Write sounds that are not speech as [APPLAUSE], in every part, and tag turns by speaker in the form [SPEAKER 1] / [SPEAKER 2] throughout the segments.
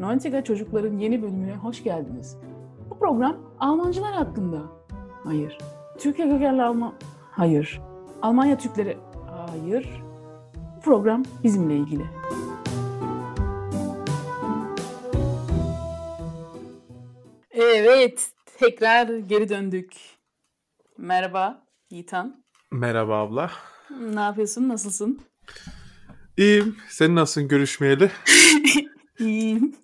[SPEAKER 1] Dantiga Çocukların yeni bölümüne hoş geldiniz. Bu program Almancılar hakkında. Hayır. Türkiye kökenli Alman... Hayır. Almanya Türkleri... Hayır. Bu program bizimle ilgili. Evet, tekrar geri döndük. Merhaba Yiğitan.
[SPEAKER 2] Merhaba abla.
[SPEAKER 1] Ne yapıyorsun, nasılsın?
[SPEAKER 2] İyiyim. Sen nasılsın görüşmeyeli? [LAUGHS]
[SPEAKER 1] İyiyim.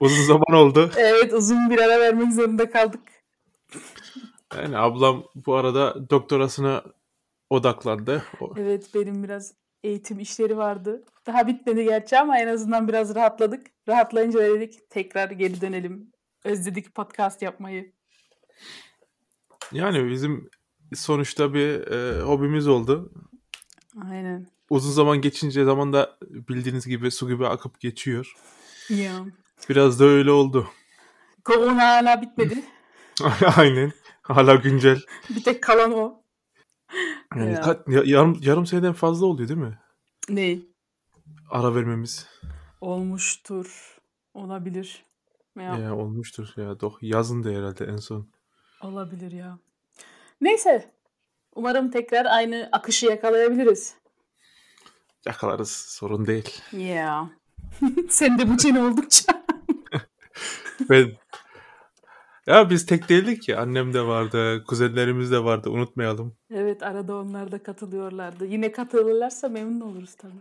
[SPEAKER 2] Uzun zaman oldu.
[SPEAKER 1] Evet, uzun bir ara vermek zorunda kaldık.
[SPEAKER 2] Yani ablam bu arada doktorasına odaklandı. O-
[SPEAKER 1] Evet, benim biraz eğitim işleri vardı. Daha bitmedi gerçi ama en azından biraz rahatladık. Rahatlayınca da dedik tekrar geri dönelim. Özledik podcast yapmayı.
[SPEAKER 2] Yani bizim sonuçta bir e, hobimiz oldu.
[SPEAKER 1] Aynen.
[SPEAKER 2] Uzun zaman geçince zaman da bildiğiniz gibi su gibi akıp geçiyor.
[SPEAKER 1] Ya.
[SPEAKER 2] Biraz da öyle oldu. [LAUGHS]
[SPEAKER 1] Korona hala [LAUGHS] bitmedi.
[SPEAKER 2] Aynen. Hala güncel.
[SPEAKER 1] bir tek kalan o.
[SPEAKER 2] Yani
[SPEAKER 1] Ya.
[SPEAKER 2] kaç- ya- yarım, yarım seneden fazla oluyor değil mi?
[SPEAKER 1] Ne?
[SPEAKER 2] Ara vermemiz.
[SPEAKER 1] Olmuştur. Olabilir. Ya.
[SPEAKER 2] Ya. olmuştur ya. Doch, yazın da herhalde en son.
[SPEAKER 1] Olabilir ya. Neyse. Umarım tekrar aynı akışı yakalayabiliriz.
[SPEAKER 2] Yakalarız. Sorun değil.
[SPEAKER 1] Yeah. [LAUGHS] Sen de bu çene oldukça.
[SPEAKER 2] Ben... Ya biz tek değildik ki. Annem de vardı, kuzenlerimiz de vardı. Unutmayalım.
[SPEAKER 1] evet arada onlar da katılıyorlardı. Yine katılırlarsa memnun oluruz tabii.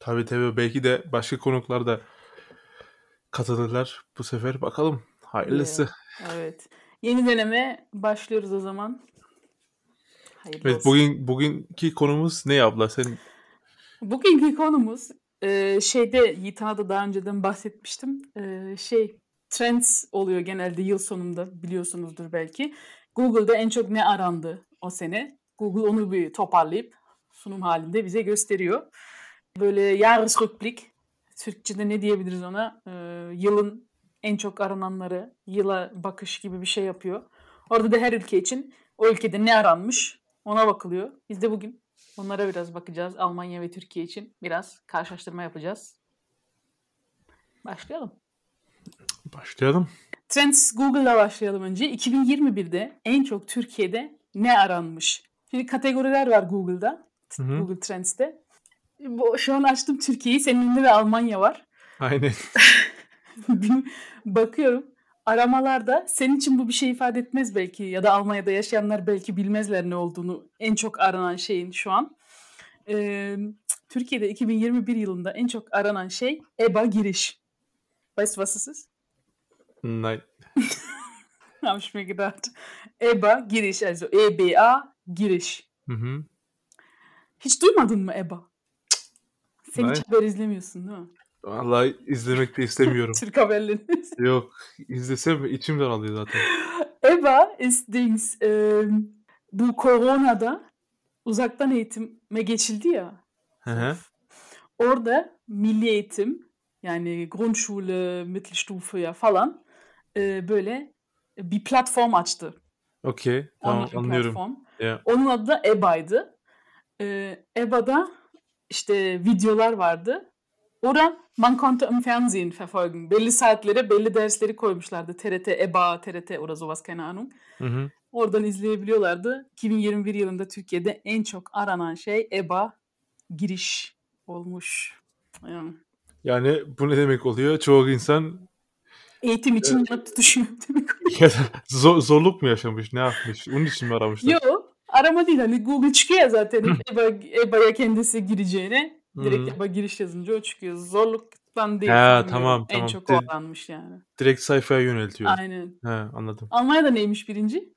[SPEAKER 2] Tabii tabii belki de başka konuklar da katılırlar bu sefer. Bakalım. Hayırlısı.
[SPEAKER 1] Evet. Evet. Yeni döneme başlıyoruz o zaman. Hayırlı
[SPEAKER 2] Evet,
[SPEAKER 1] olsun.
[SPEAKER 2] bugün bugünkü konumuz ne abla? Sen
[SPEAKER 1] Bugünkü konumuz e, şeyde Yiğit'a da daha önceden bahsetmiştim. E, şey trends oluyor genelde yıl sonunda biliyorsunuzdur belki. Google'da en çok ne arandı o sene? Google onu bir toparlayıp sunum halinde bize gösteriyor. Böyle Jahresrückblick Türkçe'de ne diyebiliriz ona? E, yılın en çok arananları, yıla bakış gibi bir şey yapıyor. Orada da her ülke için o ülkede ne aranmış ona bakılıyor. Biz de bugün Onlara biraz bakacağız. Almanya ve Türkiye için biraz karşılaştırma yapacağız. Başlayalım.
[SPEAKER 2] başlayalım.
[SPEAKER 1] Trends Google'la başlayalım önce. 2021'de en çok Türkiye'de ne aranmış? Şimdi kategoriler var Google'da.
[SPEAKER 2] Hı hı.
[SPEAKER 1] Google Trends'te. Bu, şu an açtım Türkiye'yi. Senin önünde de Almanya var.
[SPEAKER 2] Aynen.
[SPEAKER 1] [LAUGHS] Bin- Bakıyorum aramalarda senin için bu bir şey ifade etmez belki ya da Almanya'da yaşayanlar belki bilmezler ne olduğunu en çok aranan şeyin şu an. Ee, Türkiye'de 2021 yılında en çok aranan şey EBA giriş. Weißt du was es ist?
[SPEAKER 2] Nein.
[SPEAKER 1] Hab ich mir gedacht. EBA E giriş also EBA giriş.
[SPEAKER 2] Hı hı.
[SPEAKER 1] Hiç duymadın mı E EBA? Sen hiç
[SPEAKER 2] Hayır.
[SPEAKER 1] haber izlemiyorsun değil mi?
[SPEAKER 2] Vallahi izlemek de
[SPEAKER 1] [LAUGHS]
[SPEAKER 2] istemiyorum.
[SPEAKER 1] Türk haberlerini.
[SPEAKER 2] Yok. izlesem içim daralıyor zaten.
[SPEAKER 1] Eva ist Dings. ähm, bu Corona'da uzaktan eğitime geçildi ya.
[SPEAKER 2] Hı hı.
[SPEAKER 1] Orada milli eğitim yani Grundschule, Mittelstufe ya falan e, böyle bir platform açtı.
[SPEAKER 2] Okey.
[SPEAKER 1] Online
[SPEAKER 2] Tamam
[SPEAKER 1] bir
[SPEAKER 2] anlıyorum.
[SPEAKER 1] platform.
[SPEAKER 2] Ya.
[SPEAKER 1] Onun adı da EBA'ydı. Ee, EBA'da işte videolar vardı. Orada man konnte im Fernsehen verfolgen. Belli saatlere belli dersleri koymuşlardı. TRT, EBA, TRT oder sowas keine Ahnung.
[SPEAKER 2] Hı hı.
[SPEAKER 1] Oradan izleyebiliyorlardı. 2021 yılında Türkiye'de en çok aranan şey EBA giriş olmuş. Yani
[SPEAKER 2] Yani bu ne demek oluyor? Çoğu insan
[SPEAKER 1] eğitim için yanıp tutuşuyor demek.
[SPEAKER 2] Ya da zor- zorluk mu yaşamış? Ne yapmış? Onun için mi aramışlar?
[SPEAKER 1] Yo arama değil hani Google çıkıyor ya zaten E EBA, EBA'ya kendisi gireceğine. Direkt
[SPEAKER 2] Hı.
[SPEAKER 1] EBA giriş yazınca o çıkıyor. Zorluktan değil.
[SPEAKER 2] Ha,
[SPEAKER 1] sanmıyorum.
[SPEAKER 2] tamam,
[SPEAKER 1] En
[SPEAKER 2] tamam.
[SPEAKER 1] çok o
[SPEAKER 2] Direkt-
[SPEAKER 1] aranmış yani.
[SPEAKER 2] Direkt sayfaya yöneltiyor.
[SPEAKER 1] Aynen.
[SPEAKER 2] He anladım. [LAUGHS]
[SPEAKER 1] Almanya'da neymiş birinci?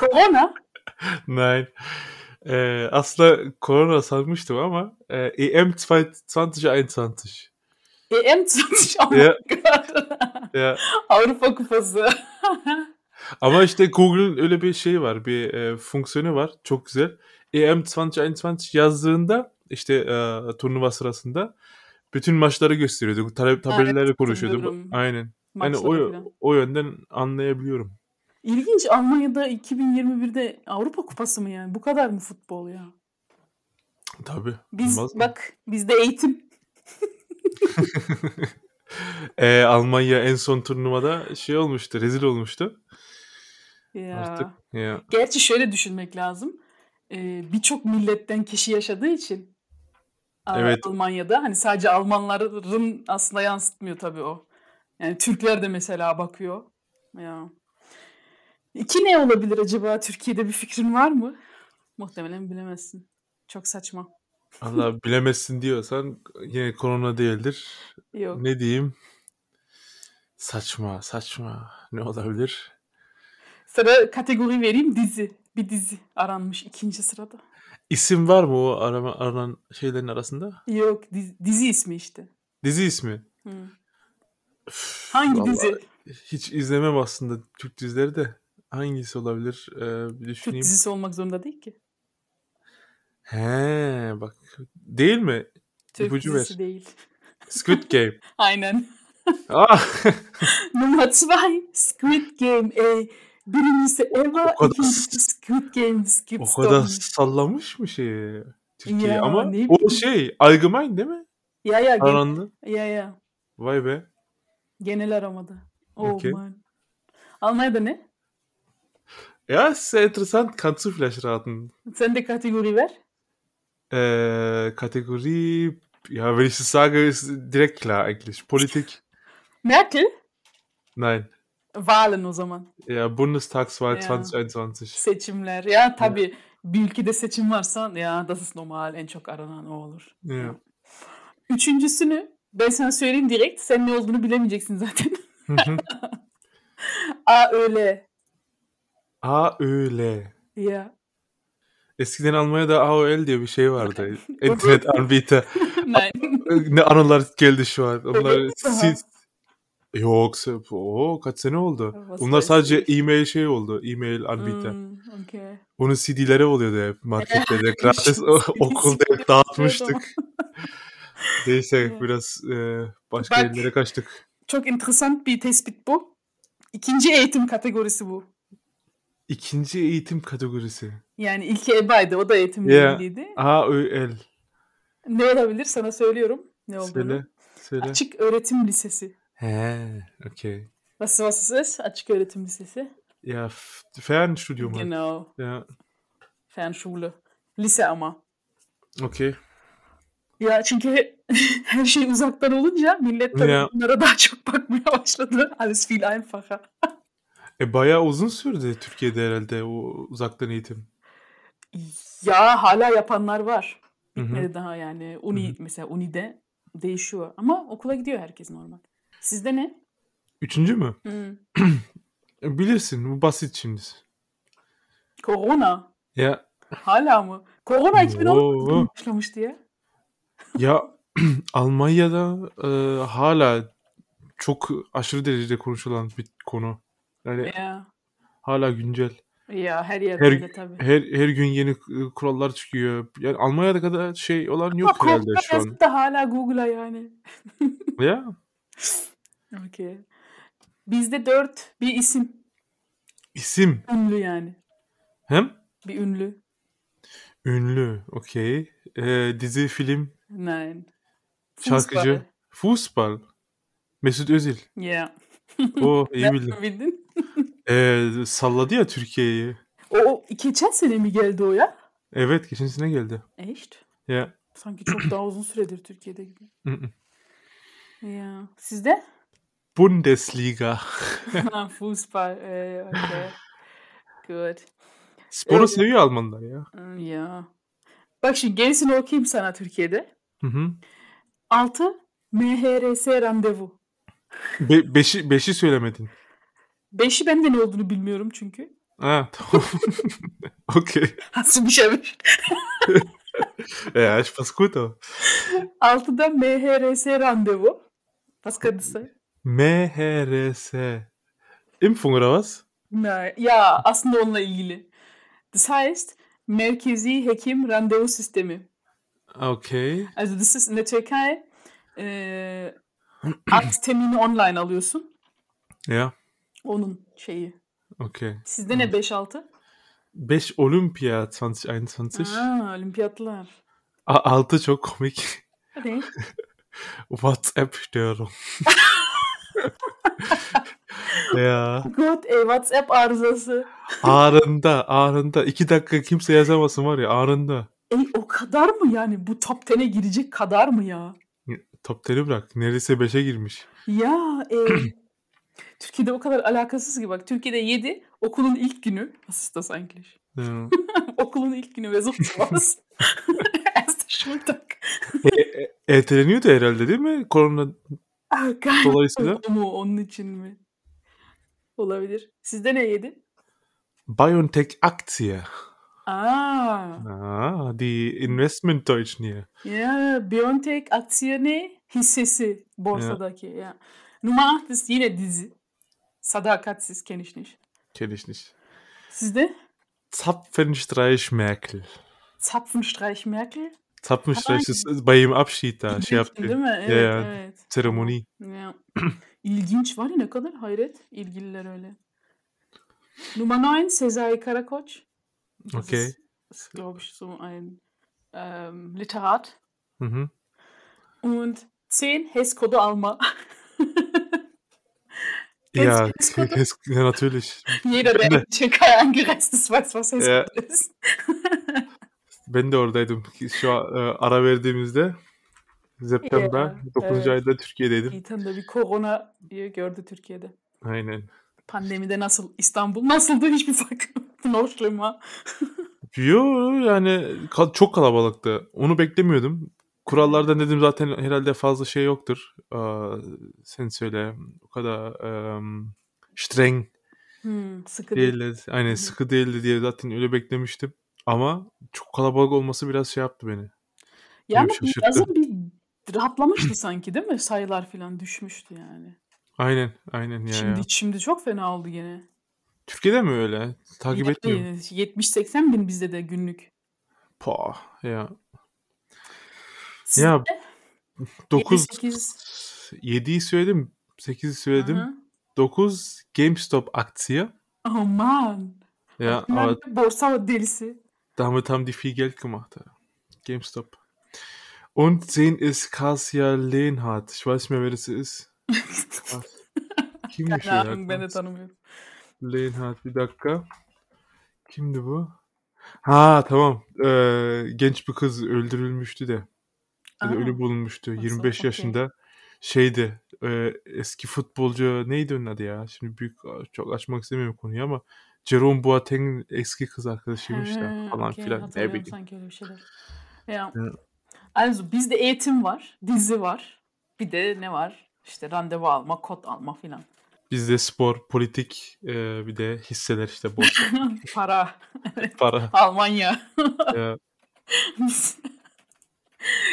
[SPEAKER 1] Corona.
[SPEAKER 2] Nein. Ee, aslında korona sanmıştım ama e, EM 2021.
[SPEAKER 1] EM tutmuş. Oh my
[SPEAKER 2] Ya.
[SPEAKER 1] God.
[SPEAKER 2] Ya,
[SPEAKER 1] [LAUGHS] Avrupa Kupası.
[SPEAKER 2] Hani ama işte Google'ın öyle bir şeyi var. Bir e, fonksiyonu var. Çok güzel. E EM 2021 yazdığında işte e, turnuva sırasında bütün maçları gösteriyordu. Tab- tabelleri konuşuyordu.
[SPEAKER 1] hatırlıyorum.
[SPEAKER 2] Aynen. Yani
[SPEAKER 1] Maçlara
[SPEAKER 2] o,
[SPEAKER 1] falan.
[SPEAKER 2] o yönden anlayabiliyorum.
[SPEAKER 1] İlginç Almanya'da 2021'de Avrupa Kupası mı yani? Bu kadar mı futbol ya?
[SPEAKER 2] Tabii.
[SPEAKER 1] Biz
[SPEAKER 2] olmaz mı?
[SPEAKER 1] bak bizde eğitim.
[SPEAKER 2] Ee, Almanya en son turnuvada şey olmuştu, rezil olmuştu.
[SPEAKER 1] Ya.
[SPEAKER 2] Artık ya.
[SPEAKER 1] Gerçi şöyle düşünmek lazım. Ee, Birçok milletten kişi yaşadığı için Aa,
[SPEAKER 2] Evet.
[SPEAKER 1] Almanya'da hani sadece Almanların aslında yansıtmıyor tabii o. Yani Türkler de mesela bakıyor. Ya. İki ne olabilir acaba? Türkiye'de bir fikrin var mı? Muhtemelen bilemezsin. Çok saçma.
[SPEAKER 2] Allah bilemezsin diyorsan yine korona değildir.
[SPEAKER 1] Yok.
[SPEAKER 2] Ne diyeyim? Saçma, saçma. Ne olabilir?
[SPEAKER 1] Sana kategori vereyim dizi. Bir dizi aranmış ikinci sırada.
[SPEAKER 2] İsim var mı o arama, aranan şeylerin arasında?
[SPEAKER 1] Yok dizi, dizi ismi işte.
[SPEAKER 2] Dizi ismi.
[SPEAKER 1] Hı. Hangi
[SPEAKER 2] Vallahi
[SPEAKER 1] dizi?
[SPEAKER 2] Hiç izlemem aslında Türk dizileri de. Hangisi olabilir? Ee, bir
[SPEAKER 1] Türk
[SPEAKER 2] düşüneyim.
[SPEAKER 1] dizisi olmak zorunda değil ki.
[SPEAKER 2] He bak. Değil mi?
[SPEAKER 1] Türk
[SPEAKER 2] İpucu
[SPEAKER 1] dizisi
[SPEAKER 2] ver.
[SPEAKER 1] değil. [LAUGHS]
[SPEAKER 2] Squid Game.
[SPEAKER 1] Aynen.
[SPEAKER 2] Ah!
[SPEAKER 1] Numara 2 Squid Game. E, birincisi Eva,
[SPEAKER 2] O kadar-
[SPEAKER 1] ikincisi Squid Game. Squid
[SPEAKER 2] O kadar
[SPEAKER 1] Story.
[SPEAKER 2] sallamış mı şeyi Türkiye
[SPEAKER 1] Ya,
[SPEAKER 2] ama
[SPEAKER 1] ne
[SPEAKER 2] o
[SPEAKER 1] bileyim.
[SPEAKER 2] şey Allgemein değil mi?
[SPEAKER 1] Ya ya, gen-
[SPEAKER 2] Arandı.
[SPEAKER 1] ya ya.
[SPEAKER 2] Vay be.
[SPEAKER 1] Genel aramada. Oh
[SPEAKER 2] Okey.
[SPEAKER 1] man. Almanya'da ne?
[SPEAKER 2] Ja, es ist sehr interessant. Kannst du vielleicht raten?
[SPEAKER 1] Sen de kategori ver.
[SPEAKER 2] Äh, Kategorie, ja, wenn ich das sage, ist direkt klar eigentlich. Politik,
[SPEAKER 1] Merkel.
[SPEAKER 2] nein.
[SPEAKER 1] Wahlen o zaman.
[SPEAKER 2] Ja, Bundestagswahl
[SPEAKER 1] Ja.
[SPEAKER 2] 2021.
[SPEAKER 1] Seçimler. Ya tabii bir ülkede seçim varsa ya das ist normal en çok aranan o olur.
[SPEAKER 2] Ja.
[SPEAKER 1] Üçüncüsünü ben sana söyleyeyim direkt. Sen ne olduğunu bilemeyeceksin zaten.
[SPEAKER 2] Mhm.
[SPEAKER 1] [LAUGHS] Aa öyle.
[SPEAKER 2] AÖL.
[SPEAKER 1] Ya.
[SPEAKER 2] Eskiden Almanya'da AOL diye bir
[SPEAKER 1] [LAUGHS]
[SPEAKER 2] şey vardı. Internet anbieter.
[SPEAKER 1] Nein.
[SPEAKER 2] ne anılar geldi şu an. Onlar
[SPEAKER 1] Evet,
[SPEAKER 2] siz... Yok, o kaç sene oldu?
[SPEAKER 1] Nasıl
[SPEAKER 2] Onlar sadece
[SPEAKER 1] eski?
[SPEAKER 2] e-mail şey oldu. E-mail anbieter.
[SPEAKER 1] Hmm, okay.
[SPEAKER 2] Onun CD'leri oluyordu hep markette
[SPEAKER 1] [LAUGHS]
[SPEAKER 2] de. Gratis o-
[SPEAKER 1] CD'si
[SPEAKER 2] [LAUGHS] okulda hep dağıtmıştık. Neyse
[SPEAKER 1] Evet.
[SPEAKER 2] biraz e, başka
[SPEAKER 1] Bak.
[SPEAKER 2] yerlere kaçtık.
[SPEAKER 1] Çok enteresan bir tespit bu. İkinci eğitim kategorisi bu.
[SPEAKER 2] İkinci eğitim kategorisi.
[SPEAKER 1] Yani ilki EBA'ydı. O da eğitim
[SPEAKER 2] Ya.
[SPEAKER 1] bölümüydü.
[SPEAKER 2] AÖL.
[SPEAKER 1] Ne olabilir? Sana söylüyorum. Ne olduğunu.
[SPEAKER 2] Söyle. Söyle.
[SPEAKER 1] Açık Öğretim Lisesi.
[SPEAKER 2] He, okay.
[SPEAKER 1] Was was ist es? Açık Öğretim Lisesi.
[SPEAKER 2] Ja, f- Fernstudium halt.
[SPEAKER 1] Genau.
[SPEAKER 2] Ja,
[SPEAKER 1] Fernschule. Lise ama.
[SPEAKER 2] okay.
[SPEAKER 1] Ya çünkü [LAUGHS] he- her şey uzaktan olunca millet tabii
[SPEAKER 2] Ya.
[SPEAKER 1] bunlara daha çok bakmaya başladı. [LAUGHS] Alles viel einfacher.
[SPEAKER 2] E bayağı uzun sürdü Türkiye'de herhalde o uzaktan eğitim.
[SPEAKER 1] Ya hala yapanlar var.
[SPEAKER 2] Hı hı.
[SPEAKER 1] Bitmedi daha yani. Uni
[SPEAKER 2] Hı hı.
[SPEAKER 1] mesela Uni'de değişiyor ama okula gidiyor herkes normal. Sizde ne?
[SPEAKER 2] Üçüncü mü?
[SPEAKER 1] Hmm.
[SPEAKER 2] E, Bilirsin bu basit şimdi.
[SPEAKER 1] Korona.
[SPEAKER 2] Ya
[SPEAKER 1] Hala mı? Korona 2010
[SPEAKER 2] Oo.
[SPEAKER 1] başlamış diye.
[SPEAKER 2] ya [CLEARS THROAT] Almanya'da e, hala çok aşırı derecede konuşulan bir konu. Yani
[SPEAKER 1] Ya,
[SPEAKER 2] hala güncel.
[SPEAKER 1] ya her yerde
[SPEAKER 2] Her-
[SPEAKER 1] öyle tabii.
[SPEAKER 2] Her her gün yeni e, kurallar çıkıyor. Yani Almanya'da kadar şey olan yok
[SPEAKER 1] Ama
[SPEAKER 2] herhalde
[SPEAKER 1] korona
[SPEAKER 2] şu an.
[SPEAKER 1] yazıp da hala Google'a yani.
[SPEAKER 2] Ya
[SPEAKER 1] Okey. Bizde dört bir isim.
[SPEAKER 2] isim
[SPEAKER 1] Ünlü yani.
[SPEAKER 2] hem
[SPEAKER 1] Bir ünlü.
[SPEAKER 2] ünlü, okey. E, dizi, film,
[SPEAKER 1] Nein.
[SPEAKER 2] şarkıcı, futbol. Mesut Özil.
[SPEAKER 1] Ya.
[SPEAKER 2] O iyi bildin.
[SPEAKER 1] Bildin.
[SPEAKER 2] E, salladı ya Türkiye'yi.
[SPEAKER 1] O, o geçen sene mi geldi o ya?
[SPEAKER 2] Evet geçen sene geldi.
[SPEAKER 1] Echt?
[SPEAKER 2] Ya
[SPEAKER 1] Sanki çok daha uzun süredir Türkiye'de gibi.
[SPEAKER 2] Hı hı.
[SPEAKER 1] Ya. Sizde?
[SPEAKER 2] Bundesliga.
[SPEAKER 1] Ha, Fußball. Ee, okay. Good.
[SPEAKER 2] Sporu
[SPEAKER 1] Öyle.
[SPEAKER 2] seviyor Almanlar ya.
[SPEAKER 1] Hmm, Ya. Bak şimdi gerisini okuyayım sana Türkiye'de.
[SPEAKER 2] Hı hı.
[SPEAKER 1] 6. MHRS randevu.
[SPEAKER 2] Be- beşi, beşi söylemedin.
[SPEAKER 1] 5'i ben de ne olduğunu bilmiyorum çünkü. [LAUGHS]
[SPEAKER 2] Ha Ah, [LAUGHS] tamam. E, Okey.
[SPEAKER 1] Nasıl bir şeymiş?
[SPEAKER 2] Ja, ich pass gut auf.
[SPEAKER 1] 6'da MHRS randevu. şey. Was kadısı?
[SPEAKER 2] MHRS. Impfung oder was?
[SPEAKER 1] Ne? Ya aslında onunla ilgili. Das heißt, Merkezi Hekim Randevu Sistemi.
[SPEAKER 2] Okay.
[SPEAKER 1] Also das ist in der Türkei eee, Arzttermini online alıyorsun.
[SPEAKER 2] Ja,
[SPEAKER 1] Onun şeyi.
[SPEAKER 2] okay.
[SPEAKER 1] Sizde ne 5-6?
[SPEAKER 2] Beş Olympia 2021.
[SPEAKER 1] Ah. Aa, olimpiyatlar.
[SPEAKER 2] A- Altı çok komik.
[SPEAKER 1] Ne?
[SPEAKER 2] WhatsApp-Störung. [LAUGHS] ya.
[SPEAKER 1] God ey e, WhatsApp arızası.
[SPEAKER 2] Anında, anında. iki dakika kimse yazamasın var ya anında.
[SPEAKER 1] Ey o kadar mı yani? Bu top 10'e girecek kadar mı ya?
[SPEAKER 2] Top 10'i bırak. Neredeyse 5'e girmiş.
[SPEAKER 1] Ya e, Türkiye'de o kadar alakasız ki bak. Türkiye'de 7 okulun ilk günü. Nasıl da sanki.
[SPEAKER 2] Ya.
[SPEAKER 1] Okulun ilk günü
[SPEAKER 2] [LAUGHS]
[SPEAKER 1] ve zıplamaz. Erste Schultag.
[SPEAKER 2] E- e- Erteleniyordu herhalde değil mi? Korona
[SPEAKER 1] Ah, galiba [LAUGHS]
[SPEAKER 2] dolayısıyla.
[SPEAKER 1] o mu onun için mi? Olabilir. Sizde ne yedi?
[SPEAKER 2] BioNTech Aktie.
[SPEAKER 1] Aa,
[SPEAKER 2] Ah, die Investmentdeutschen hier.
[SPEAKER 1] ya Biontech aksiyonu hissesi borsadaki. Ya. Numara 8 ist yine dizi. Sadakatsiz kenişniş.
[SPEAKER 2] Kenne ich nicht.
[SPEAKER 1] Sizde?
[SPEAKER 2] Zapfenstreich Merkel.
[SPEAKER 1] Zapfenstreich Merkel.
[SPEAKER 2] Zapfenstreich ist bei ihrem Abschied da. Şey
[SPEAKER 1] İlginçti değil
[SPEAKER 2] yaptı.
[SPEAKER 1] mi? Evet,
[SPEAKER 2] Ya, ya.
[SPEAKER 1] evet.
[SPEAKER 2] Seremoni.
[SPEAKER 1] Ya. İlginç var ya ne kadar hayret. ilgililer öyle. Numara 9 Sezai Karakoç. Das
[SPEAKER 2] Okay.
[SPEAKER 1] ist, ist glaube ich, so ein ähm, Literat.
[SPEAKER 2] Mhm.
[SPEAKER 1] Und 10 Hesskodu Alma. [LAUGHS] Kennst du
[SPEAKER 2] Ja,
[SPEAKER 1] Hesskodu?
[SPEAKER 2] es- ja, natürlich.
[SPEAKER 1] Jeder, der in die Türkei angereist ist, weiß, was Hesskodu ist.
[SPEAKER 2] Ben de oradaydım. Şu an, e, ara verdiğimizde Zeptem'de
[SPEAKER 1] Ya,
[SPEAKER 2] 9.
[SPEAKER 1] evet.
[SPEAKER 2] ayda Türkiye'deydim.
[SPEAKER 1] İtan da bir korona diye gördü Türkiye'de.
[SPEAKER 2] Aynen.
[SPEAKER 1] Pandemide nasıl, İstanbul nasıldı [LAUGHS] hiçbir fark yoktu. No schlimm, ha?
[SPEAKER 2] Yo yani ka- çok kalabalıktı. Onu beklemiyordum. Kurallardan dedim zaten herhalde fazla şey yoktur. Aa, sen söyle. O kadar em, streng
[SPEAKER 1] Hmm, sıkı değil.
[SPEAKER 2] değildi. Aynen
[SPEAKER 1] hı.
[SPEAKER 2] sıkı değildi diye zaten öyle beklemiştim. Ama çok kalabalık olması biraz şey yaptı beni.
[SPEAKER 1] Ya ama
[SPEAKER 2] şaşırttı.
[SPEAKER 1] yazın bir rahatlamıştı sanki değil mi? Sayılar falan düşmüştü yani.
[SPEAKER 2] Aynen aynen ya. ya.
[SPEAKER 1] Şimdi şimdi çok fena oldu gene.
[SPEAKER 2] Türkiye'de mi öyle? Takip
[SPEAKER 1] Yani
[SPEAKER 2] etmiyorum.
[SPEAKER 1] 70-80 bin bizde de günlük.
[SPEAKER 2] Pa ya.
[SPEAKER 1] Siz
[SPEAKER 2] Ya 9
[SPEAKER 1] 8
[SPEAKER 2] 7'yi söyledim. 8'i söyledim. 9 GameStop aktie.
[SPEAKER 1] Aman.
[SPEAKER 2] Ja,
[SPEAKER 1] Bunlar
[SPEAKER 2] aber
[SPEAKER 1] bir de borsa delisi.
[SPEAKER 2] damit haben die viel Geld gemacht. Ja. GameStop. Und 10 ist Kasia Lehnhardt. Ich weiß nicht mehr, wer das ist.
[SPEAKER 1] [LAUGHS]
[SPEAKER 2] Krass. Kimmiş
[SPEAKER 1] Keine
[SPEAKER 2] şey ya?
[SPEAKER 1] Ahnung ben de tanımıyorum.
[SPEAKER 2] Lehnhardt bir dakika. Kimdi bu? Ha tamam. Ee, genç bir kız öldürülmüştü de. Ya da
[SPEAKER 1] Aa,
[SPEAKER 2] ölü bulunmuştu.
[SPEAKER 1] Nasıl?
[SPEAKER 2] 25
[SPEAKER 1] Okey.
[SPEAKER 2] yaşında. Şeydi. e, eski futbolcu neydi onun adı ya? Şimdi büyük çok açmak istemiyorum konuyu ama Jerome Boateng'in eski kız arkadaşıymış da
[SPEAKER 1] He,
[SPEAKER 2] falan
[SPEAKER 1] okey,
[SPEAKER 2] filan. Ne
[SPEAKER 1] hatırlıyorum
[SPEAKER 2] bileyim.
[SPEAKER 1] sanki öyle bir şeyler. Ya.
[SPEAKER 2] Evet.
[SPEAKER 1] Also bizde eğitim var, dizi var. Bir de ne var? İşte randevu alma, kod alma filan. [LAUGHS]
[SPEAKER 2] Bizde spor, politik e, bir de
[SPEAKER 1] [LAUGHS]
[SPEAKER 2] hisseler işte borç,
[SPEAKER 1] Para, [LAUGHS]
[SPEAKER 2] para.
[SPEAKER 1] Almanya.
[SPEAKER 2] e,
[SPEAKER 1] [LAUGHS]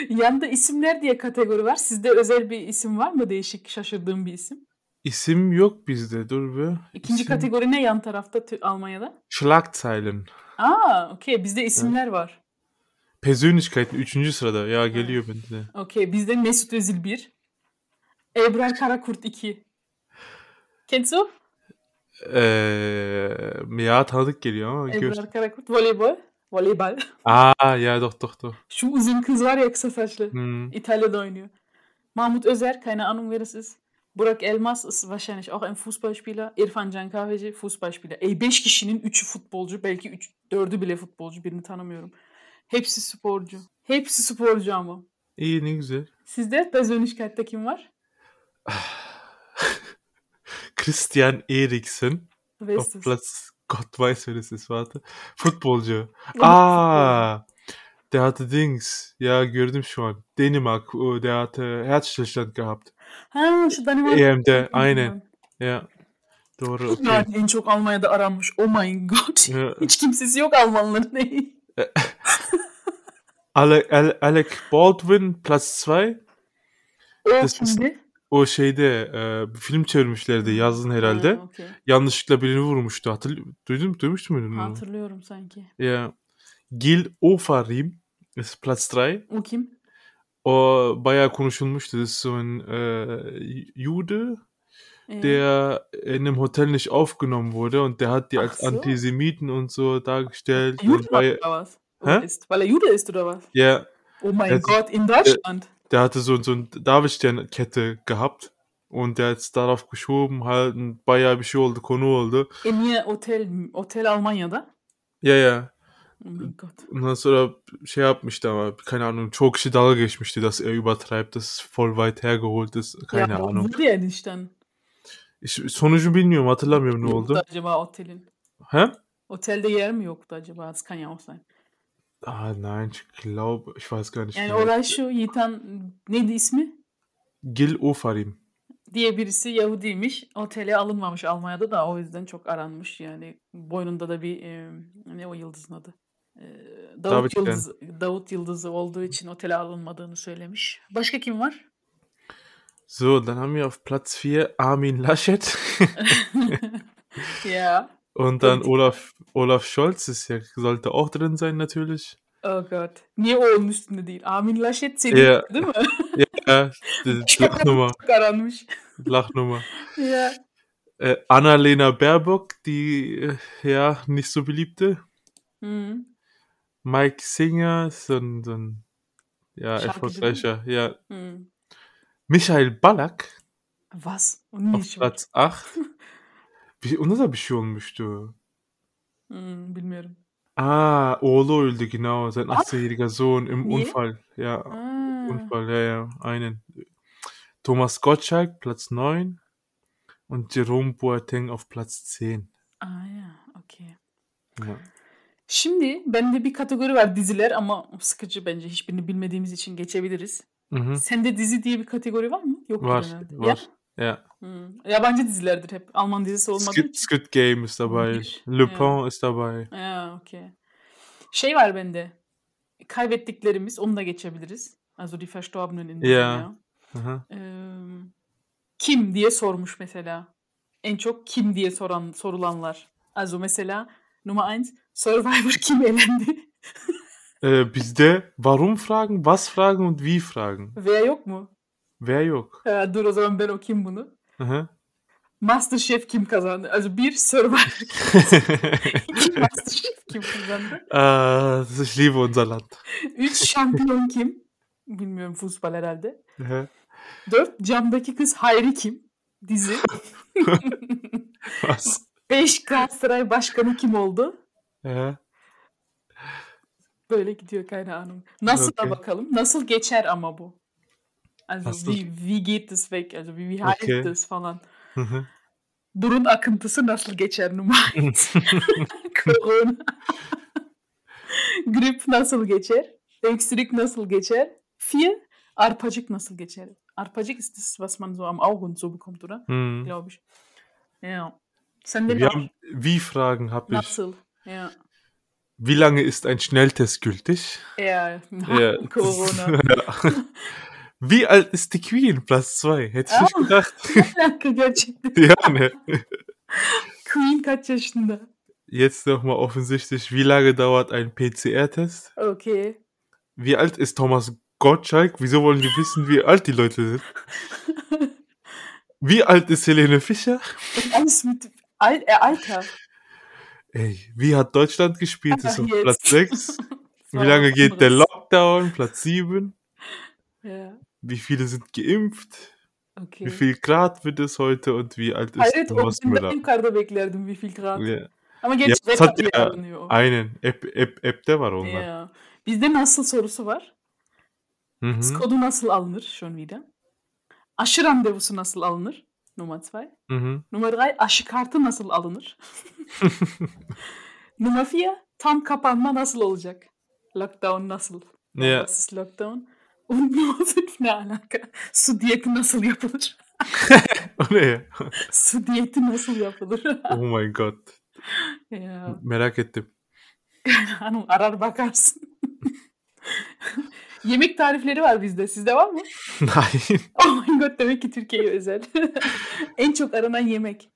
[SPEAKER 1] Yanda isimler diye kategori var. Sizde özel bir isim var mı? Değişik, şaşırdığım bir isim.
[SPEAKER 2] isim yok bizde. Dur bir.
[SPEAKER 1] İkinci
[SPEAKER 2] İsim-
[SPEAKER 1] kategori ne yan tarafta Tü- Almanya'da?
[SPEAKER 2] Schlagzeilen.
[SPEAKER 1] Aa, okey. Bizde isimler var.
[SPEAKER 2] Persönlichkeiten 3. sırada. Ya geliyor bende de.
[SPEAKER 1] Okey. Bizde Mesut Özil 1. Ebrar Karakurt 2. Kenzo?
[SPEAKER 2] Ee, ya tanıdık geliyor ama gör.
[SPEAKER 1] Ebrar Karakurt. Voleybol. Voleybol. [LAUGHS]
[SPEAKER 2] Aa ya doch doch doch.
[SPEAKER 1] Şu uzun kız var ya kısa saçlı.
[SPEAKER 2] Hmm.
[SPEAKER 1] İtalya'da oynuyor. Mahmut Özer, keine Ahnung wer das ist. Burak Elmas ist wahrscheinlich auch ein Fußballspieler. İrfan Can Kahveci Fußballspieler. Ey 5 kişinin 3'ü futbolcu. Belki 3, 4'ü bile futbolcu. Birini tanımıyorum. Hepsi sporcu. Hepsi sporcu ama.
[SPEAKER 2] İyi ne güzel.
[SPEAKER 1] Sizde Persönlichkeit'te kim var?
[SPEAKER 2] Christian Eriksen auf
[SPEAKER 1] Vestes.
[SPEAKER 2] Platz Gott weiß wer das ist. Warte. Futbolcu.
[SPEAKER 1] Ama
[SPEAKER 2] Aa. Der hatte Dings. Ya gördüm şu an. Dänemark. o, Der hatte Herzstillstand gehabt.
[SPEAKER 1] futbolcu. Ha şu Danimarka.
[SPEAKER 2] EM'de Ee, aynen. Ya. Doğru. okey.
[SPEAKER 1] Yani en çok Almanya'da aranmış. Oh my god.
[SPEAKER 2] Ya,
[SPEAKER 1] Hiç kimsesi yok Almanların. [LAUGHS]
[SPEAKER 2] Ale, Ale, Alec Baldwin Platz 2.
[SPEAKER 1] o
[SPEAKER 2] Das ist-
[SPEAKER 1] kimdi?
[SPEAKER 2] O şeyde e, bir film çevirmişlerdi yazın herhalde.
[SPEAKER 1] Ha, okey.
[SPEAKER 2] Yanlışlıkla birini vurmuştu. Hatırl duydun mu? Duymuş muydun onu?
[SPEAKER 1] Hatırlıyorum sanki.
[SPEAKER 2] Ya. Gil Ofarim ist Platz 3.
[SPEAKER 1] O kim?
[SPEAKER 2] O bayağı konuşulmuştu. Das ist so ein äh, Jude,
[SPEAKER 1] Ee,
[SPEAKER 2] der in einem Hotel nicht aufgenommen wurde und der hat die
[SPEAKER 1] Ach
[SPEAKER 2] als
[SPEAKER 1] so.
[SPEAKER 2] Antisemiten und so dargestellt.
[SPEAKER 1] Jude
[SPEAKER 2] Und
[SPEAKER 1] war
[SPEAKER 2] war,
[SPEAKER 1] oder was?
[SPEAKER 2] Hä?
[SPEAKER 1] Oder ist? Weil er Jude ist oder was?
[SPEAKER 2] ja,
[SPEAKER 1] Oh mein
[SPEAKER 2] Das ist- äh,
[SPEAKER 1] Gott, in Deutschland.
[SPEAKER 2] der hatte so, so eine Davidsternkette gehabt. Und der hat es darauf geschoben, halt bayağı bir şey oldu, konu oldu.
[SPEAKER 1] E niye otel, otel Almanya'da?
[SPEAKER 2] Ya ya.
[SPEAKER 1] Oh
[SPEAKER 2] Äh,
[SPEAKER 1] my god.
[SPEAKER 2] Ondan sonra şey yapmıştı ama keine Ahnung çoğu kişi dalga geçmişti, dass er übertreibt, dass es voll weit hergeholt ist. Keine
[SPEAKER 1] ya,
[SPEAKER 2] Ahnung.
[SPEAKER 1] Vurdu ya enişten.
[SPEAKER 2] Ich, sonucu bilmiyorum, hatırlamıyorum ne
[SPEAKER 1] Yoktu
[SPEAKER 2] oldu.
[SPEAKER 1] er acaba otelin?
[SPEAKER 2] Hä?
[SPEAKER 1] Otelde yer mi yoktu acaba? Das kann ja auch sein.
[SPEAKER 2] Ah nein, ich glaube, ich weiß gar nicht genau.
[SPEAKER 1] Yani
[SPEAKER 2] mehr.
[SPEAKER 1] olay şu Yiğitan neydi ismi?
[SPEAKER 2] Gil Ofarim.
[SPEAKER 1] Diye birisi Yahudiymiş. Otele alınmamış Almanya'da da o yüzden çok aranmış yani. Boynunda da bir e, ne o yıldızın adı? E, Davut,
[SPEAKER 2] Davut Yıldız.
[SPEAKER 1] Yıldızı, Davut Yıldızı olduğu için otele alınmadığını söylemiş. Başka kim var?
[SPEAKER 2] So, dann haben wir auf Platz 4 Armin Laschet [LAUGHS]
[SPEAKER 1] Ya.
[SPEAKER 2] und dann
[SPEAKER 1] Und-
[SPEAKER 2] Olaf, Olaf Scholz ist ja, sollte auch drin sein natürlich.
[SPEAKER 1] Oh god. Niye o onun üstünde değil? Amin Laşet senin
[SPEAKER 2] Ya.
[SPEAKER 1] değil mi? [LAUGHS]
[SPEAKER 2] Ja, Äh, d- Lachnummer,
[SPEAKER 1] Çok aranmış.
[SPEAKER 2] Lachnummer.
[SPEAKER 1] ya.
[SPEAKER 2] Äh, Annalena Baerbock, die, äh, ja, nicht so beliebte.
[SPEAKER 1] Hı.
[SPEAKER 2] Mike Singer, so ein, so ein ja,
[SPEAKER 1] Schaukelspieler?
[SPEAKER 2] erfolgreicher, ja.
[SPEAKER 1] Hı.
[SPEAKER 2] Michael Ballack
[SPEAKER 1] Was? Onun ne
[SPEAKER 2] auf
[SPEAKER 1] işi var?
[SPEAKER 2] Platz
[SPEAKER 1] [LAUGHS]
[SPEAKER 2] 8. Bir, ona da bir şey olmuştu.
[SPEAKER 1] Hmm, bilmiyorum.
[SPEAKER 2] Ah, Olo öldü genau, sein
[SPEAKER 1] Was?
[SPEAKER 2] 18-jähriger Sohn im
[SPEAKER 1] Nee. Ah.
[SPEAKER 2] Unfall. Ja,
[SPEAKER 1] Aa.
[SPEAKER 2] Unfall, ja, ja, einen. Thomas Gottschalk, Platz 9. Und Jerome Boateng auf Platz 10.
[SPEAKER 1] Aa Ah, ya, okey.
[SPEAKER 2] Ja.
[SPEAKER 1] Şimdi bende bir kategori var diziler ama sıkıcı bence hiçbirini bilmediğimiz için geçebiliriz.
[SPEAKER 2] Mhm.
[SPEAKER 1] Sende dizi diye bir kategori var mı? Yok
[SPEAKER 2] Var,
[SPEAKER 1] herhalde.
[SPEAKER 2] var.
[SPEAKER 1] Ya,
[SPEAKER 2] Ja.
[SPEAKER 1] hmm, Yabancı dizilerdir hep. Alman dizisi olmadığı
[SPEAKER 2] Squid,
[SPEAKER 1] için.
[SPEAKER 2] Squid Game ist dabei.
[SPEAKER 1] Nicht.
[SPEAKER 2] Le
[SPEAKER 1] Ja.
[SPEAKER 2] Pen ist dabei.
[SPEAKER 1] Ya, okey. Şey var bende. Kaybettiklerimiz onu da geçebiliriz. Also die Verstorbenen in
[SPEAKER 2] Ya.
[SPEAKER 1] Dünya.
[SPEAKER 2] Aha.
[SPEAKER 1] Eee, kim diye sormuş mesela. En çok kim diye soran sorulanlar. Also mesela numara 1 Survivor kim elendi? [LAUGHS]
[SPEAKER 2] Äh, bizde warum fragen, was fragen und wie fragen.
[SPEAKER 1] Veya yok mu?
[SPEAKER 2] Wer yok?
[SPEAKER 1] Ee, dur o zaman ben okuyayım bunu.
[SPEAKER 2] Aha.
[SPEAKER 1] Masterchef kim kazandı? Also bir Survivor [LAUGHS]
[SPEAKER 2] Äh,
[SPEAKER 1] kim? Masterchef kim kazandı?
[SPEAKER 2] Ah, ich liebe unser Land.
[SPEAKER 1] Üç şampiyon kim? Bilmiyorum futbol herhalde.
[SPEAKER 2] Aha.
[SPEAKER 1] Dört camdaki kız Hayri kim? Dizi.
[SPEAKER 2] Was?
[SPEAKER 1] Beş Galatasaray başkanı kim oldu?
[SPEAKER 2] Aha.
[SPEAKER 1] Böyle gidiyor kaynağım. Nasıl da
[SPEAKER 2] Okay.
[SPEAKER 1] bakalım. Nasıl geçer ama bu? Hani Also
[SPEAKER 2] Nasıl?
[SPEAKER 1] wie, wie geht es weg? Also wie, wie haltet
[SPEAKER 2] Okay.
[SPEAKER 1] es falan.
[SPEAKER 2] Aha.
[SPEAKER 1] Burun akıntısı nasıl geçer numara?
[SPEAKER 2] [LAUGHS]
[SPEAKER 1] Korona. Grip nasıl geçer? Öksürük nasıl geçer? Vier. Arpacık nasıl geçer? Arpacık ist das, was man so am Auge und so bekommt, oder?
[SPEAKER 2] Hm.
[SPEAKER 1] Glaube ich. Ja. Sende
[SPEAKER 2] Wir
[SPEAKER 1] var.
[SPEAKER 2] haben wie Fragen habe ich.
[SPEAKER 1] Nasıl? Ja.
[SPEAKER 2] Wie lange ist ein Schnelltest gültig?
[SPEAKER 1] Ja. [LAUGHS]
[SPEAKER 2] Ja,
[SPEAKER 1] Corona.
[SPEAKER 2] das- [LAUGHS] ja. Wie alt ist die Queen? Platz 2. Hätte ich nicht
[SPEAKER 1] Ah.
[SPEAKER 2] gedacht. [LAUGHS]
[SPEAKER 1] Ne alaka gerçekten?
[SPEAKER 2] ja, ne.
[SPEAKER 1] Queen kaç yaşında?
[SPEAKER 2] Jetzt nochmal offensichtlich, wie lange dauert ein PCR-Test?
[SPEAKER 1] Okay.
[SPEAKER 2] Wie alt ist Thomas Gottschalk? Wieso wollen die wissen, wie alt die Leute sind? Wie alt ist Helene Fischer?
[SPEAKER 1] Alles mit [LAUGHS] Al äh, Alter.
[SPEAKER 2] Ey, wie hat Deutschland gespielt?
[SPEAKER 1] Ach,
[SPEAKER 2] Ist auf
[SPEAKER 1] jetzt.
[SPEAKER 2] Platz 6.
[SPEAKER 1] Das war
[SPEAKER 2] Wie lange
[SPEAKER 1] was
[SPEAKER 2] geht der
[SPEAKER 1] Äh, anderes.
[SPEAKER 2] Lockdown? Platz 7.
[SPEAKER 1] Ja,
[SPEAKER 2] Wie viele sind geimpft?
[SPEAKER 1] okay. Halt
[SPEAKER 2] Wie viel Grad wird es heute und wie alt ist
[SPEAKER 1] Evet, o
[SPEAKER 2] Thomas
[SPEAKER 1] ben de
[SPEAKER 2] Müller?
[SPEAKER 1] yukarıda beklerdim bir filtre rahat.
[SPEAKER 2] Ja.
[SPEAKER 1] Ama geç
[SPEAKER 2] Ya,
[SPEAKER 1] web
[SPEAKER 2] sat
[SPEAKER 1] diye
[SPEAKER 2] ya.
[SPEAKER 1] aranıyor.
[SPEAKER 2] Einen. App, App, App'te var onlar.
[SPEAKER 1] Ya. Bizde nasıl sorusu var?
[SPEAKER 2] Hı hı.
[SPEAKER 1] Skodu nasıl alınır? Schon wieder. Aşı randevusu nasıl alınır? Nummer 2.
[SPEAKER 2] Hı hı.
[SPEAKER 1] Nummer 3. Aşı kartı nasıl alınır? Nummer 4. Tam kapanma nasıl olacak? Lockdown nasıl?
[SPEAKER 2] Ya.
[SPEAKER 1] Was ist Lockdown? Und [LAUGHS] Nummer 5 ne alaka? Su diyeti nasıl yapılır? [LAUGHS]
[SPEAKER 2] [LAUGHS] O ne ya?
[SPEAKER 1] Su diyeti nasıl yapılır? [LAUGHS]
[SPEAKER 2] Oh my god.
[SPEAKER 1] ya.
[SPEAKER 2] Merak ettim.
[SPEAKER 1] Hanım arar bakarsın. [LAUGHS] Yemek tarifleri var bizde. Sizde var mı?
[SPEAKER 2] [LAUGHS]
[SPEAKER 1] [LAUGHS]
[SPEAKER 2] Nein.
[SPEAKER 1] Oh my god demek ki Türkiye'ye özel. [LAUGHS] en çok aranan yemek.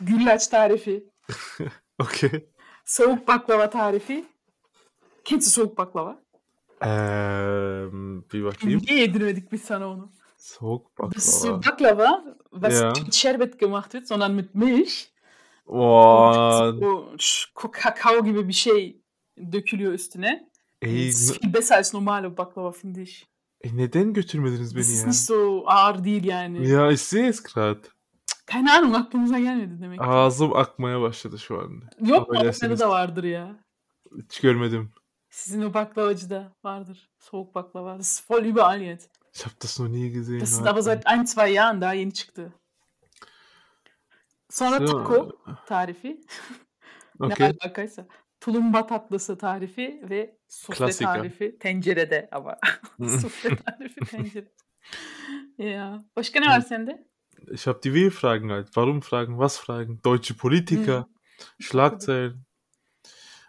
[SPEAKER 1] Güllaç tarifi.
[SPEAKER 2] Okay.
[SPEAKER 1] Soğuk baklava tarifi. Keçi soğuk baklava.
[SPEAKER 2] Ähm, bir bakayım.
[SPEAKER 1] Niye yedirmedik biz sana onu?
[SPEAKER 2] Soğuk
[SPEAKER 1] Das
[SPEAKER 2] baklava.
[SPEAKER 1] ist baklava was
[SPEAKER 2] Ja.
[SPEAKER 1] mit Şerbet gemacht wird, sondern mit Milch.
[SPEAKER 2] Oh, Boah.
[SPEAKER 1] O ş- ko- kakao gibi bir şey dökülüyor üstüne.
[SPEAKER 2] Ey,
[SPEAKER 1] Es ist viel besser als normale Baklava finde ich.
[SPEAKER 2] E neden götürmediniz beni
[SPEAKER 1] Das ist
[SPEAKER 2] ya?
[SPEAKER 1] nicht so ağır değil yani.
[SPEAKER 2] Ja, ich sehe es gerade.
[SPEAKER 1] Keine Ahnung aklımıza gelmedi demek.
[SPEAKER 2] Ağzım akmaya başladı şu anda.
[SPEAKER 1] Yok mu?
[SPEAKER 2] affedersiniz.
[SPEAKER 1] Onlarda da vardır ya.
[SPEAKER 2] Hiç görmedim.
[SPEAKER 1] Sizin o baklavacıda vardır. Soğuk baklava. Das ist voll überall jetzt.
[SPEAKER 2] Ich hab das noch nie gesehen.
[SPEAKER 1] Das ist
[SPEAKER 2] Alter.
[SPEAKER 1] aber seit ein, zwei Jahren da yeni çıktı. Sonra
[SPEAKER 2] So,
[SPEAKER 1] taco tarifi. Ne
[SPEAKER 2] Okay.
[SPEAKER 1] alakaysa. Tulumba tatlısı tarifi ve sufle
[SPEAKER 2] Klasika.
[SPEAKER 1] tarifi tencerede ama. [LAUGHS] sufle tarifi tencerede. ja. Başka ne var sende?
[SPEAKER 2] Ich habe die W-Fragen halt. Warum Fragen, was Fragen, deutsche Politiker,
[SPEAKER 1] Mhm.
[SPEAKER 2] Schlagzeilen.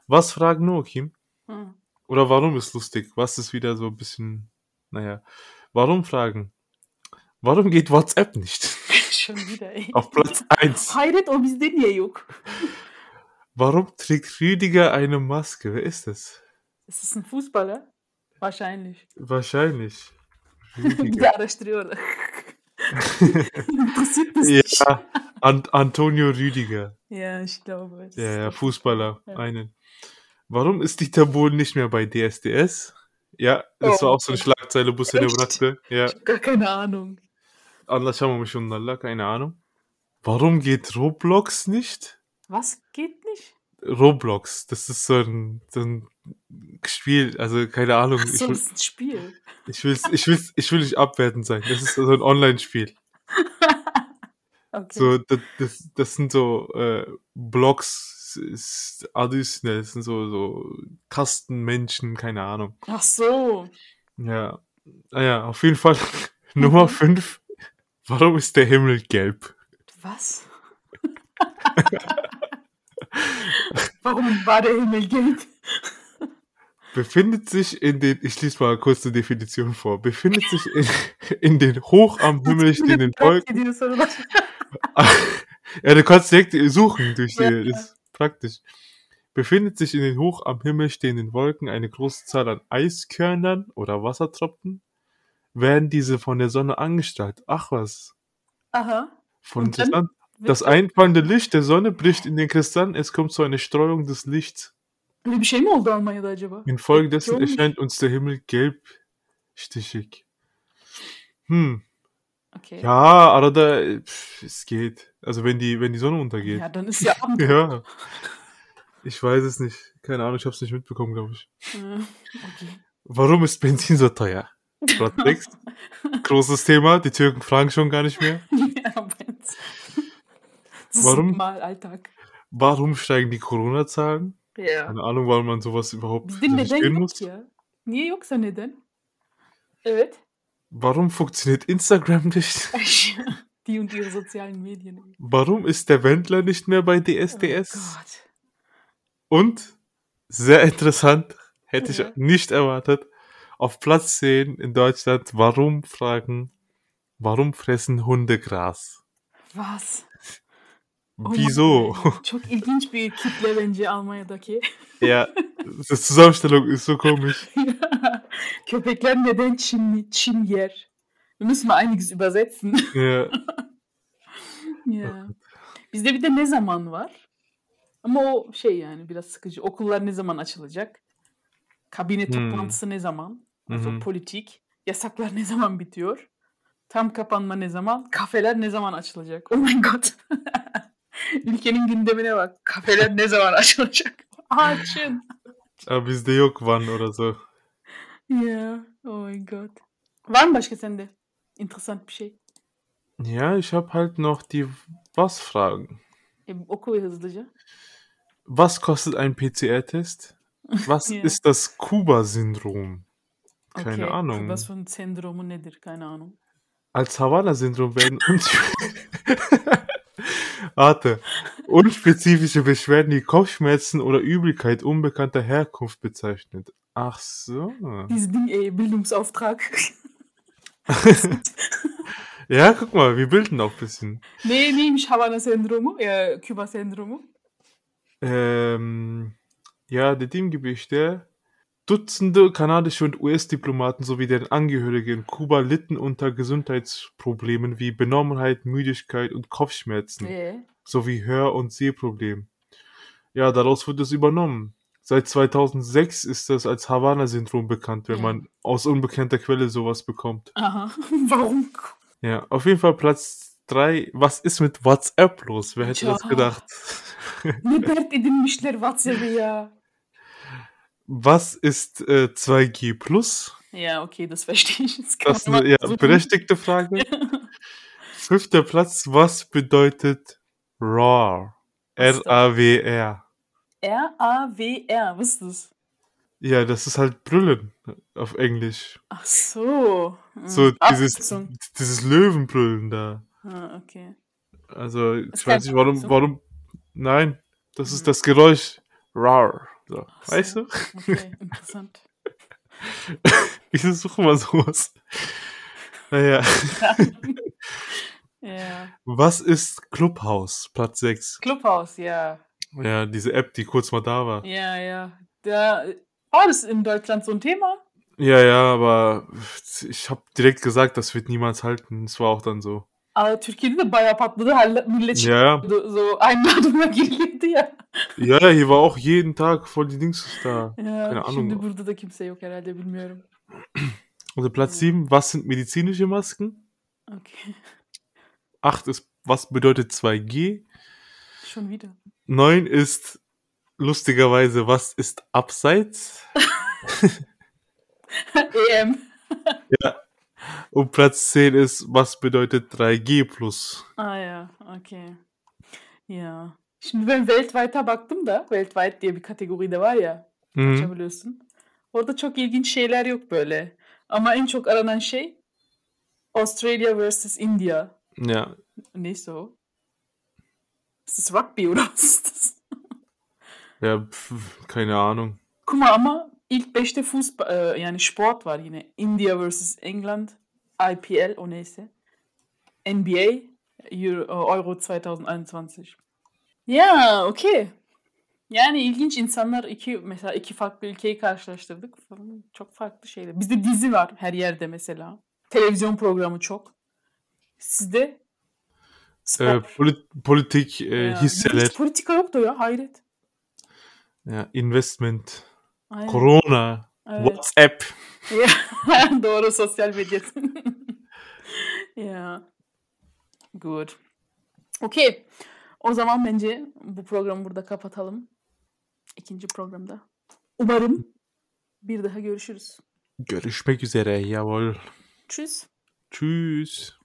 [SPEAKER 2] Was Fragen nur, Kim?
[SPEAKER 1] Hı.
[SPEAKER 2] Oder warum ist lustig? Was ist wieder so ein bisschen, naja. Warum Fragen? Warum geht WhatsApp nicht? [LAUGHS]
[SPEAKER 1] Schon wieder ey.
[SPEAKER 2] Auf Platz 1.
[SPEAKER 1] Hayret o bizde niye yok?
[SPEAKER 2] Warum trägt Rüdiger eine Maske? Wer ist das?
[SPEAKER 1] Es ist ein Fußballer.
[SPEAKER 2] [LAUGHS]
[SPEAKER 1] Wahrscheinlich.
[SPEAKER 2] Wahrscheinlich.
[SPEAKER 1] [LAUGHS] Bir
[SPEAKER 2] Rüdiger.
[SPEAKER 1] de araştırıyorlar. Interessiert das nicht.
[SPEAKER 2] ja, An Antonio Rüdiger,
[SPEAKER 1] Ja, ich glaube. es
[SPEAKER 2] der
[SPEAKER 1] ist-
[SPEAKER 2] Fußballer,
[SPEAKER 1] Ja.
[SPEAKER 2] einen. Warum ist Dieter Bohlen nicht mehr bei DSDS? Ja, das
[SPEAKER 1] Oh.
[SPEAKER 2] war auch so eine Schlagzeile, Busse der
[SPEAKER 1] Echt?
[SPEAKER 2] brachte. Ja,
[SPEAKER 1] Ich habe gar keine Ahnung.
[SPEAKER 2] anlaşamamış onlarla, keine Ahnung. Warum geht Roblox nicht?
[SPEAKER 1] Was geht nicht?
[SPEAKER 2] Roblox, das ist so ein, so ein Spiel, also keine Ahnung.
[SPEAKER 1] Ach
[SPEAKER 2] Ich,
[SPEAKER 1] so,
[SPEAKER 2] will-
[SPEAKER 1] das ist ein Spiel.
[SPEAKER 2] ich, will's, ich, will's, ich will nicht abwertend sein. Das ist so ein Online-Spiel.
[SPEAKER 1] Okay.
[SPEAKER 2] So, das, das, das sind so äh, Blogs, s- s- additionell, das sind so, so Kastenmenschen, keine Ahnung.
[SPEAKER 1] Ach so.
[SPEAKER 2] Ja, naja, auf jeden Fall [LAUGHS]
[SPEAKER 1] Mhm.
[SPEAKER 2] Nummer 5. Warum ist der Himmel gelb?
[SPEAKER 1] Was? Warum war der Himmel gelb?
[SPEAKER 2] Befindet sich in den, ich lese mal kurz die Definition vor, befindet sich in, in [LAUGHS] den hoch am Himmel stehenden Wolken. [LAUGHS] ja, du kannst direkt suchen durch die,
[SPEAKER 1] Ja.
[SPEAKER 2] ist praktisch. Befindet sich in den hoch am Himmel stehenden Wolken eine große Zahl an Eiskörnern oder Wassertropfen? Werden diese von der Sonne angestrahlt? Ach was,
[SPEAKER 1] Aha.
[SPEAKER 2] von
[SPEAKER 1] Und dann
[SPEAKER 2] interessant.
[SPEAKER 1] wird
[SPEAKER 2] Das einfallende Licht der Sonne bricht in den Kristallen, es kommt zu einer Streuung des Lichts.
[SPEAKER 1] Öyle bir şey mi oldu Almanya'da acaba?
[SPEAKER 2] Infolgedessen
[SPEAKER 1] Junge.
[SPEAKER 2] erscheint uns der Himmel gelbstichig. Hm,
[SPEAKER 1] Okay.
[SPEAKER 2] ja, arada e, pf, es geht. Also wenn die, wenn die Sonne untergeht.
[SPEAKER 1] Ja, dann ist ja
[SPEAKER 2] [LAUGHS]
[SPEAKER 1] Abend.
[SPEAKER 2] Ja. Ich weiß es nicht. Keine Ahnung, ich habe es nicht mitbekommen, glaube ich.
[SPEAKER 1] Äh, okay.
[SPEAKER 2] Warum ist Benzin so teuer? Platz sechs.
[SPEAKER 1] [LAUGHS]
[SPEAKER 2] Großes Thema, die Türken fragen schon gar nicht mehr.
[SPEAKER 1] ja, [LAUGHS] Benz. Das
[SPEAKER 2] Warum?
[SPEAKER 1] ist normal Alltag.
[SPEAKER 2] Warum steigen die Corona-Zahlen?
[SPEAKER 1] Ja.
[SPEAKER 2] Keine Ahnung, warum man sowas überhaupt
[SPEAKER 1] Bizde neden
[SPEAKER 2] recherchieren
[SPEAKER 1] yok
[SPEAKER 2] muss.
[SPEAKER 1] ya? Niye yoksa neden? [LAUGHS] Evet.
[SPEAKER 2] Warum funktioniert Instagram nicht?
[SPEAKER 1] Die und ihre sozialen
[SPEAKER 2] [LAUGHS]
[SPEAKER 1] Medien.
[SPEAKER 2] Warum ist der Wendler nicht mehr bei
[SPEAKER 1] Oh
[SPEAKER 2] DSDS?
[SPEAKER 1] Gott.
[SPEAKER 2] Und, sehr interessant, hätte
[SPEAKER 1] Ja.
[SPEAKER 2] ich nicht erwartet, auf Platz 10 in Deutschland, warum fragen, warum fressen Hunde Gras?
[SPEAKER 1] Was? Oh
[SPEAKER 2] Wieso?
[SPEAKER 1] mein Gott. Çok ilginç bir kitle bence Almanya'daki.
[SPEAKER 2] [LAUGHS] ja, die Zusammenstellung ist so komisch.
[SPEAKER 1] [LAUGHS] Köpekler neden çim, çim yer? Wir müssen mal einiges übersetzen.
[SPEAKER 2] Ja,
[SPEAKER 1] Ya. [LAUGHS] Bizde bir de ne zaman var? Ama o şey yani biraz sıkıcı. Okullar ne zaman açılacak? Kabine
[SPEAKER 2] Hmm.
[SPEAKER 1] toplantısı ne zaman?
[SPEAKER 2] Mhm.
[SPEAKER 1] So politik. Yasaklar ne zaman bitiyor? Tam kapanma ne zaman? Kafeler ne zaman açılacak? Oh my god. [LAUGHS] Ülkenin gündemine bak. Kafeler ne zaman açılacak? Açın.
[SPEAKER 2] aber bizde yok wann oder so.
[SPEAKER 1] Ya. Oh my god. Var mı başka sende? Interessant bir şey.
[SPEAKER 2] Ja, ich habe halt noch die Was-Fragen.
[SPEAKER 1] E, oku bir hızlıca.
[SPEAKER 2] Was kostet ein PCR-Test?
[SPEAKER 1] [LAUGHS]
[SPEAKER 2] Was
[SPEAKER 1] Ja.
[SPEAKER 2] ist das Kuba-Syndrom? Keine
[SPEAKER 1] Okay.
[SPEAKER 2] Ahnung.
[SPEAKER 1] Kubas'ın sendromu nedir? Keine Ahnung.
[SPEAKER 2] Als Havanna-Syndrom werden [LAUGHS] unspezifische, Warte. unspezifische Beschwerden wie Kopfschmerzen oder Übelkeit unbekannter Herkunft bezeichnet. Ach so.
[SPEAKER 1] Dieses Ding, ey, e, Bildungsauftrag. [LAUGHS]
[SPEAKER 2] Ja, guck mal, wir bilden auch ein bisschen.
[SPEAKER 1] ne, neymiş Havana sendromu? Ee, Küba sendromu?
[SPEAKER 2] Ähm, ja, dediğim gibi işte Dutzende kanadische und US-Diplomaten sowie deren Angehörige in Kuba litten unter Gesundheitsproblemen wie Benommenheit, Müdigkeit und Kopfschmerzen
[SPEAKER 1] Ee,
[SPEAKER 2] sowie Hör- und Sehproblemen. Ja, daraus wird es übernommen. Seit 2006 ist das als Havana-Syndrom bekannt, wenn
[SPEAKER 1] Ja.
[SPEAKER 2] man aus unbekannter Quelle sowas bekommt.
[SPEAKER 1] Aha. [LAUGHS] Warum?
[SPEAKER 2] Ja, auf jeden Fall Platz 3. Was ist mit WhatsApp los? Wer hätte
[SPEAKER 1] Tja.
[SPEAKER 2] das gedacht?
[SPEAKER 1] Ne dert edinmişler WhatsApp'ı ya.
[SPEAKER 2] Was ist äh, 2G Plus?
[SPEAKER 1] Ja, okay, das verstehe ich jetzt gar
[SPEAKER 2] Das ist eine ja,
[SPEAKER 1] nicht. So- [LAUGHS]
[SPEAKER 2] berechtigte Frage. Fünfter Platz. Was bedeutet RAW?
[SPEAKER 1] Was ist das?
[SPEAKER 2] R-A-W-R.
[SPEAKER 1] R-A-W-R, was ist das?
[SPEAKER 2] Ja, das ist halt Brüllen auf Englisch.
[SPEAKER 1] Ach so. Hm.
[SPEAKER 2] So dieses,
[SPEAKER 1] Abkürzung.
[SPEAKER 2] dieses Löwenbrüllen da.
[SPEAKER 1] Ha, okay.
[SPEAKER 2] Also, ich
[SPEAKER 1] Ist
[SPEAKER 2] weiß
[SPEAKER 1] keine
[SPEAKER 2] nicht, warum,
[SPEAKER 1] Abkürzung?
[SPEAKER 2] warum. Nein, das
[SPEAKER 1] Mhm.
[SPEAKER 2] ist das Geräusch. RAR. So.
[SPEAKER 1] Ach so.
[SPEAKER 2] Weißt du? [LAUGHS]
[SPEAKER 1] Okay, [LAUGHS] interessant.
[SPEAKER 2] Ich suche mal sowas. Naja. [LAUGHS]
[SPEAKER 1] Ja.
[SPEAKER 2] Was ist Clubhouse? Platz 6.
[SPEAKER 1] Clubhouse, ja.
[SPEAKER 2] Ja, diese App, die kurz mal da war.
[SPEAKER 1] Ja, ja. Da war das in Deutschland so ein Thema?
[SPEAKER 2] Ja, ja, aber ich habe direkt gesagt, das wird niemals halten. Es war auch dann so.
[SPEAKER 1] Ama Türkiye'de de bayağı patladı. Halle- Millet şey
[SPEAKER 2] Ja,
[SPEAKER 1] oldu, so aynı [LAUGHS] girildi ya.
[SPEAKER 2] ja, hier war auch jeden Tag voll die Dings da.
[SPEAKER 1] Ya,
[SPEAKER 2] Keine Ahnung.
[SPEAKER 1] şimdi burada da kimse yok herhalde bilmiyorum.
[SPEAKER 2] Und Also
[SPEAKER 1] Mhm.
[SPEAKER 2] Platz 7, was sind medizinische Masken?
[SPEAKER 1] [LAUGHS] Okay.
[SPEAKER 2] 8 ist, was bedeutet 2G?
[SPEAKER 1] Schon wieder.
[SPEAKER 2] 9 ist, lustigerweise, was ist Abseits?
[SPEAKER 1] EM.
[SPEAKER 2] Und Platz 10 ist, was bedeutet 3G plus?
[SPEAKER 1] Aa ya, okay. Ya. Şimdi ben Weltweit'a baktım da, Weltweit diye bir kategori de var ya,
[SPEAKER 2] Mhm.
[SPEAKER 1] açabiliyorsun. Orada çok ilginç şeyler yok böyle. Ama en çok aranan şey Australia vs. India.
[SPEAKER 2] Ja,
[SPEAKER 1] Neyse o. Ist das Rugby oder was ist das?
[SPEAKER 2] ja, pf, keine Ahnung.
[SPEAKER 1] Kuma ama ilk 5'te futbol e, yani sport var yine. India vs England, IPL o neyse. NBA Euro, e, Euro 2021. Ya okey. Yani ilginç insanlar iki mesela iki farklı ülkeyi karşılaştırdık. Çok farklı şeyler. Bizde dizi var her yerde mesela. Televizyon programı çok. Sizde spor.
[SPEAKER 2] Äh, Polit Politik, äh,
[SPEAKER 1] Ya,
[SPEAKER 2] Hisseler,
[SPEAKER 1] Hiç politika yoktu ya hayret.
[SPEAKER 2] ja, Investment,
[SPEAKER 1] Aynen.
[SPEAKER 2] Corona,
[SPEAKER 1] Evet. [LAUGHS]
[SPEAKER 2] WhatsApp.
[SPEAKER 1] Ja, Doğru sosyal medya. [LAUGHS] ya. Good. Okey. O zaman bence bu programı burada kapatalım. İkinci programda. Umarım bir daha görüşürüz.
[SPEAKER 2] Görüşmek üzere, jawohl.
[SPEAKER 1] Tschüss.
[SPEAKER 2] Tschüss.